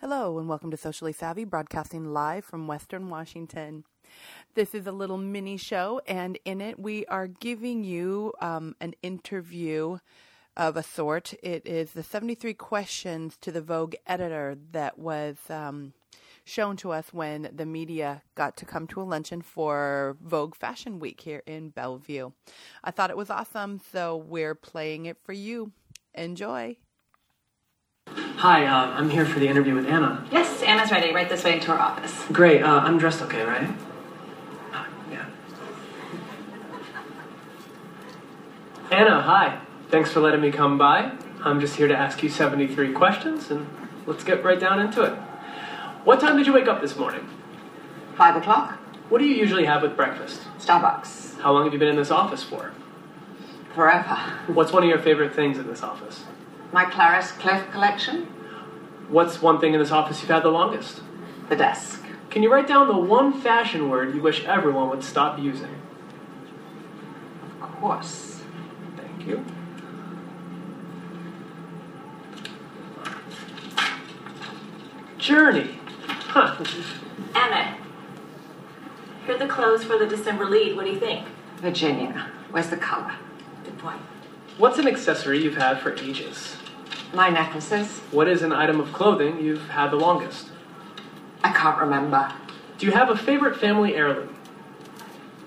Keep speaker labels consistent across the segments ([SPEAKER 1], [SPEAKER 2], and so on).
[SPEAKER 1] Hello, and welcome to Socially Savvy, broadcasting live from Western Washington. This is a little mini show, and in it, we are giving you um, an interview of a sort. It is the 73 questions to the Vogue editor that was um, shown to us when the media got to come to a luncheon for Vogue Fashion Week here in Bellevue. I thought it was awesome, so we're playing it for you. Enjoy.
[SPEAKER 2] Hi, uh, I'm here for the interview with Anna.
[SPEAKER 3] Yes, Anna's ready. Right this way into her office.
[SPEAKER 2] Great, uh, I'm dressed okay, right? Uh, yeah. Anna, hi. Thanks for letting me come by. I'm just here to ask you 73 questions, and let's get right down into it. What time did you wake up this morning?
[SPEAKER 3] Five o'clock.
[SPEAKER 2] What do you usually have with breakfast?
[SPEAKER 3] Starbucks.
[SPEAKER 2] How long have you been in this office for?
[SPEAKER 3] Forever.
[SPEAKER 2] What's one of your favorite things in this office?
[SPEAKER 3] My Clarice Cliff collection.
[SPEAKER 2] What's one thing in this office you've had the longest?
[SPEAKER 3] The desk.
[SPEAKER 2] Can you write down the one fashion word you wish everyone would stop using?
[SPEAKER 3] Of course.
[SPEAKER 2] Thank you. Journey. Huh.
[SPEAKER 4] Anna, here are the clothes for the December lead. What do you think?
[SPEAKER 3] Virginia. Where's the color?
[SPEAKER 4] Good point.
[SPEAKER 2] What's an accessory you've had for ages?
[SPEAKER 3] My necklaces.
[SPEAKER 2] What is an item of clothing you've had the longest?
[SPEAKER 3] I can't remember.
[SPEAKER 2] Do you have a favorite family heirloom?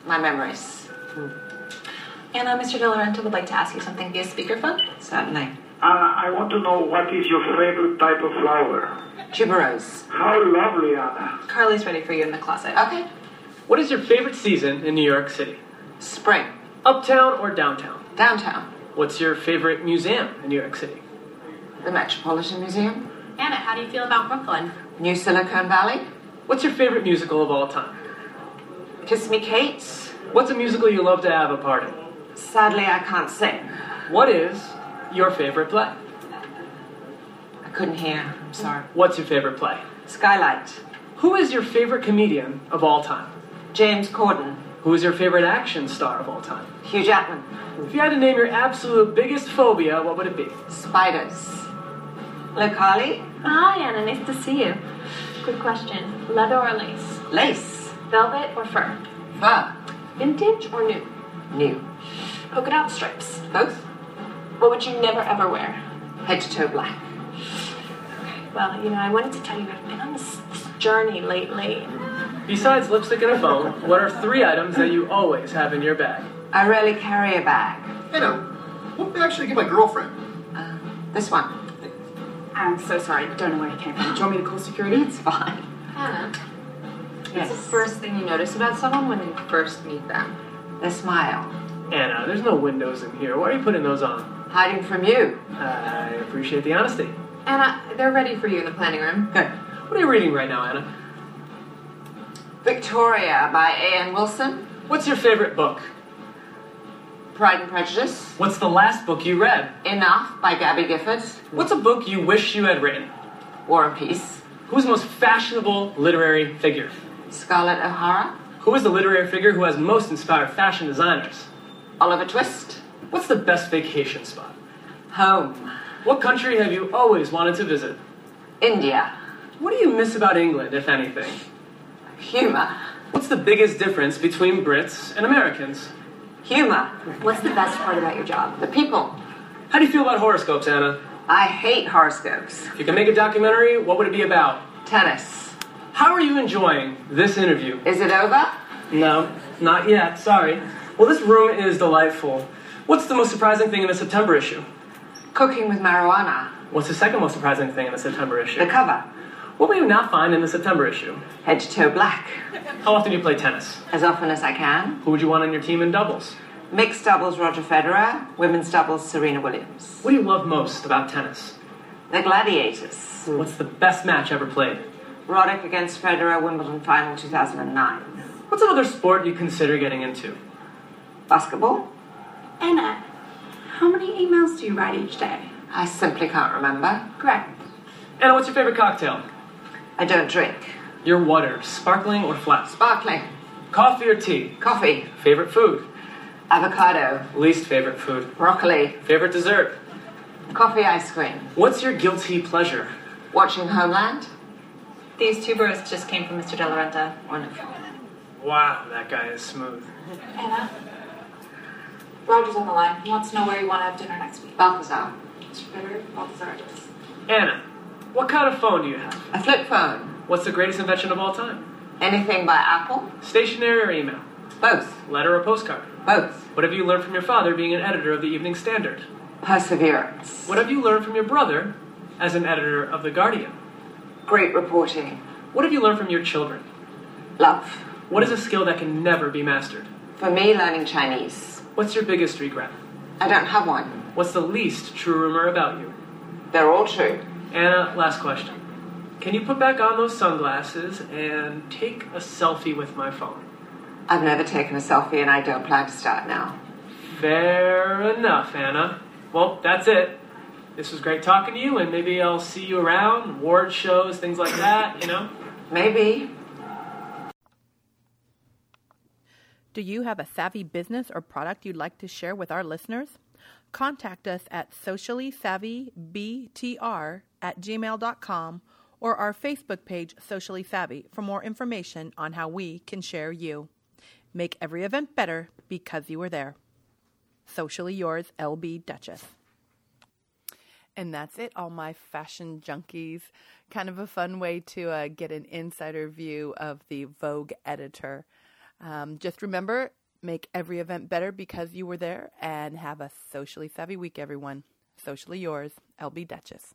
[SPEAKER 3] My memories. Hmm.
[SPEAKER 4] Anna, Mr. De Laurento would like to ask you something via speakerphone.
[SPEAKER 3] Certainly.
[SPEAKER 5] Anna, I want to know what is your favorite type of flower.
[SPEAKER 3] Tuberose.
[SPEAKER 5] How lovely, Anna.
[SPEAKER 4] Carly's ready for you in the closet.
[SPEAKER 3] Okay.
[SPEAKER 2] What is your favorite season in New York City?
[SPEAKER 3] Spring.
[SPEAKER 2] Uptown or downtown?
[SPEAKER 3] Downtown.
[SPEAKER 2] What's your favorite museum in New York City?
[SPEAKER 3] The Metropolitan Museum.
[SPEAKER 4] Anna, how do you feel about Brooklyn?
[SPEAKER 3] New Silicon Valley.
[SPEAKER 2] What's your favorite musical of all time?
[SPEAKER 3] Kiss Me Kate's.
[SPEAKER 2] What's a musical you love to have a part in?
[SPEAKER 3] Sadly, I can't sing.
[SPEAKER 2] What is your favorite play?
[SPEAKER 3] I couldn't hear. I'm sorry.
[SPEAKER 2] What's your favorite play?
[SPEAKER 3] Skylight.
[SPEAKER 2] Who is your favorite comedian of all time?
[SPEAKER 3] James Corden.
[SPEAKER 2] Who is your favorite action star of all time?
[SPEAKER 3] Hugh Jackman.
[SPEAKER 2] If you had to name your absolute biggest phobia, what would it be?
[SPEAKER 3] Spiders. Locali.
[SPEAKER 4] Hi, Anna. Nice to see you. Good question. Leather or lace?
[SPEAKER 3] Lace.
[SPEAKER 4] Velvet or fur?
[SPEAKER 3] Fur.
[SPEAKER 4] Vintage or new?
[SPEAKER 3] New.
[SPEAKER 4] Polka dot stripes.
[SPEAKER 3] Both.
[SPEAKER 4] What would you never ever wear?
[SPEAKER 3] Head to toe black.
[SPEAKER 4] Well, you know, I wanted to tell you I've been on this, this journey lately.
[SPEAKER 2] Besides lipstick and a phone, what are three items that you always have in your bag?
[SPEAKER 3] I rarely carry a bag.
[SPEAKER 6] Anna, what bag should I give my girlfriend?
[SPEAKER 3] Uh, this one.
[SPEAKER 7] I'm so sorry. I don't know where he came from. Do you want me to call security?
[SPEAKER 3] It's fine.
[SPEAKER 8] Hannah, what's the
[SPEAKER 3] Yes.
[SPEAKER 8] first thing you notice about someone when you first meet them?
[SPEAKER 3] The smile.
[SPEAKER 2] Anna, there's no windows in here. Why are you putting those on?
[SPEAKER 3] Hiding from you.
[SPEAKER 2] I appreciate the honesty.
[SPEAKER 8] Anna, they're ready for you in the planning room.
[SPEAKER 3] Good.
[SPEAKER 2] What are you reading right now, Anna?
[SPEAKER 3] Victoria by A.N. Wilson.
[SPEAKER 2] What's your favorite book?
[SPEAKER 3] Pride and Prejudice.
[SPEAKER 2] What's the last book you read?
[SPEAKER 3] Enough by Gabby Giffords.
[SPEAKER 2] What's a book you wish you had written?
[SPEAKER 3] War and Peace.
[SPEAKER 2] Who's the most fashionable literary figure?
[SPEAKER 3] Scarlett O'Hara.
[SPEAKER 2] Who is the literary figure who has most inspired fashion designers?
[SPEAKER 3] Oliver Twist.
[SPEAKER 2] What's the best vacation spot?
[SPEAKER 3] Home.
[SPEAKER 2] What country have you always wanted to visit?
[SPEAKER 3] India.
[SPEAKER 2] What do you miss about England, if anything?
[SPEAKER 3] Humor.
[SPEAKER 2] What's the biggest difference between Brits and Americans?
[SPEAKER 3] Humor.
[SPEAKER 4] What's the best part about your job?
[SPEAKER 3] The people.
[SPEAKER 2] How do you feel about horoscopes, Anna?
[SPEAKER 3] I hate horoscopes.
[SPEAKER 2] If you could make a documentary, what would it be about?
[SPEAKER 3] Tennis.
[SPEAKER 2] How are you enjoying this interview?
[SPEAKER 3] Is it over?
[SPEAKER 2] No, not yet, sorry. Well, this room is delightful. What's the most surprising thing in the September issue?
[SPEAKER 3] Cooking with marijuana.
[SPEAKER 2] What's the second most surprising thing in the September
[SPEAKER 3] The
[SPEAKER 2] issue?
[SPEAKER 3] cover.
[SPEAKER 2] What will you not find in the September issue?
[SPEAKER 3] Head to toe black.
[SPEAKER 2] How often do you play tennis?
[SPEAKER 3] As often as I can.
[SPEAKER 2] Who would you want on your team in doubles?
[SPEAKER 3] Mixed doubles Roger Federer. Women's doubles Serena Williams.
[SPEAKER 2] What do you love most about tennis?
[SPEAKER 3] The Gladiators.
[SPEAKER 2] What's the best match ever played?
[SPEAKER 3] Roddick against Federer Wimbledon final 2009.
[SPEAKER 2] What's another sport you consider getting into?
[SPEAKER 3] Basketball?
[SPEAKER 7] Anna, how many emails do you write each day?
[SPEAKER 3] I simply can't remember.
[SPEAKER 7] Great.
[SPEAKER 2] Anna, what's your favorite cocktail?
[SPEAKER 3] I don't drink.
[SPEAKER 2] Your water, sparkling or flat?
[SPEAKER 3] Sparkling.
[SPEAKER 2] Coffee or tea?
[SPEAKER 3] Coffee.
[SPEAKER 2] Favorite food?
[SPEAKER 3] Avocado.
[SPEAKER 2] Least favorite food?
[SPEAKER 3] Broccoli.
[SPEAKER 2] Favorite dessert?
[SPEAKER 3] Coffee ice cream.
[SPEAKER 2] What's your guilty pleasure?
[SPEAKER 3] Watching Homeland?
[SPEAKER 9] These two birds just came from Mr. De La Renta.
[SPEAKER 3] Wonderful.
[SPEAKER 2] Wow, that guy is smooth.
[SPEAKER 7] Anna. Roger's on the line. He wants to know where you want to have dinner next week.
[SPEAKER 3] Balthazar.
[SPEAKER 7] Mr. Federer, Balthazar it is.
[SPEAKER 2] Anna, what kind of phone do you have?
[SPEAKER 3] A flip phone.
[SPEAKER 2] What's the greatest invention of all time?
[SPEAKER 3] Anything by Apple?
[SPEAKER 2] Stationary or email?
[SPEAKER 3] Both.
[SPEAKER 2] Letter or postcard?
[SPEAKER 3] Both.
[SPEAKER 2] What have you learned from your father being an editor of the Evening Standard?
[SPEAKER 3] Perseverance.
[SPEAKER 2] What have you learned from your brother as an editor of The Guardian?
[SPEAKER 3] Great reporting.
[SPEAKER 2] What have you learned from your children?
[SPEAKER 3] Love.
[SPEAKER 2] What is a skill that can never be mastered?
[SPEAKER 3] For me, learning Chinese.
[SPEAKER 2] What's your biggest regret?
[SPEAKER 3] I don't have one.
[SPEAKER 2] What's the least true rumor about you?
[SPEAKER 3] They're all true.
[SPEAKER 2] Anna, last question. Can you put back on those sunglasses and take a selfie with my phone?
[SPEAKER 3] I've never taken a selfie and I don't plan to start now.
[SPEAKER 2] Fair enough, Anna. Well, that's it. This was great talking to you, and maybe I'll see you around, award shows, things like that, you know?
[SPEAKER 3] Maybe.
[SPEAKER 1] Do you have a savvy business or product you'd like to share with our listeners? Contact us at sociallysavvybtr at gmail.com or our Facebook page, Socially Savvy, for more information on how we can share you. Make every event better because you were there. Socially yours, LB Duchess. And that's it, all my fashion junkies. Kind of a fun way to uh, get an insider view of the Vogue editor. Um, just remember, make every event better because you were there, and have a socially savvy week, everyone. Socially yours, LB Duchess.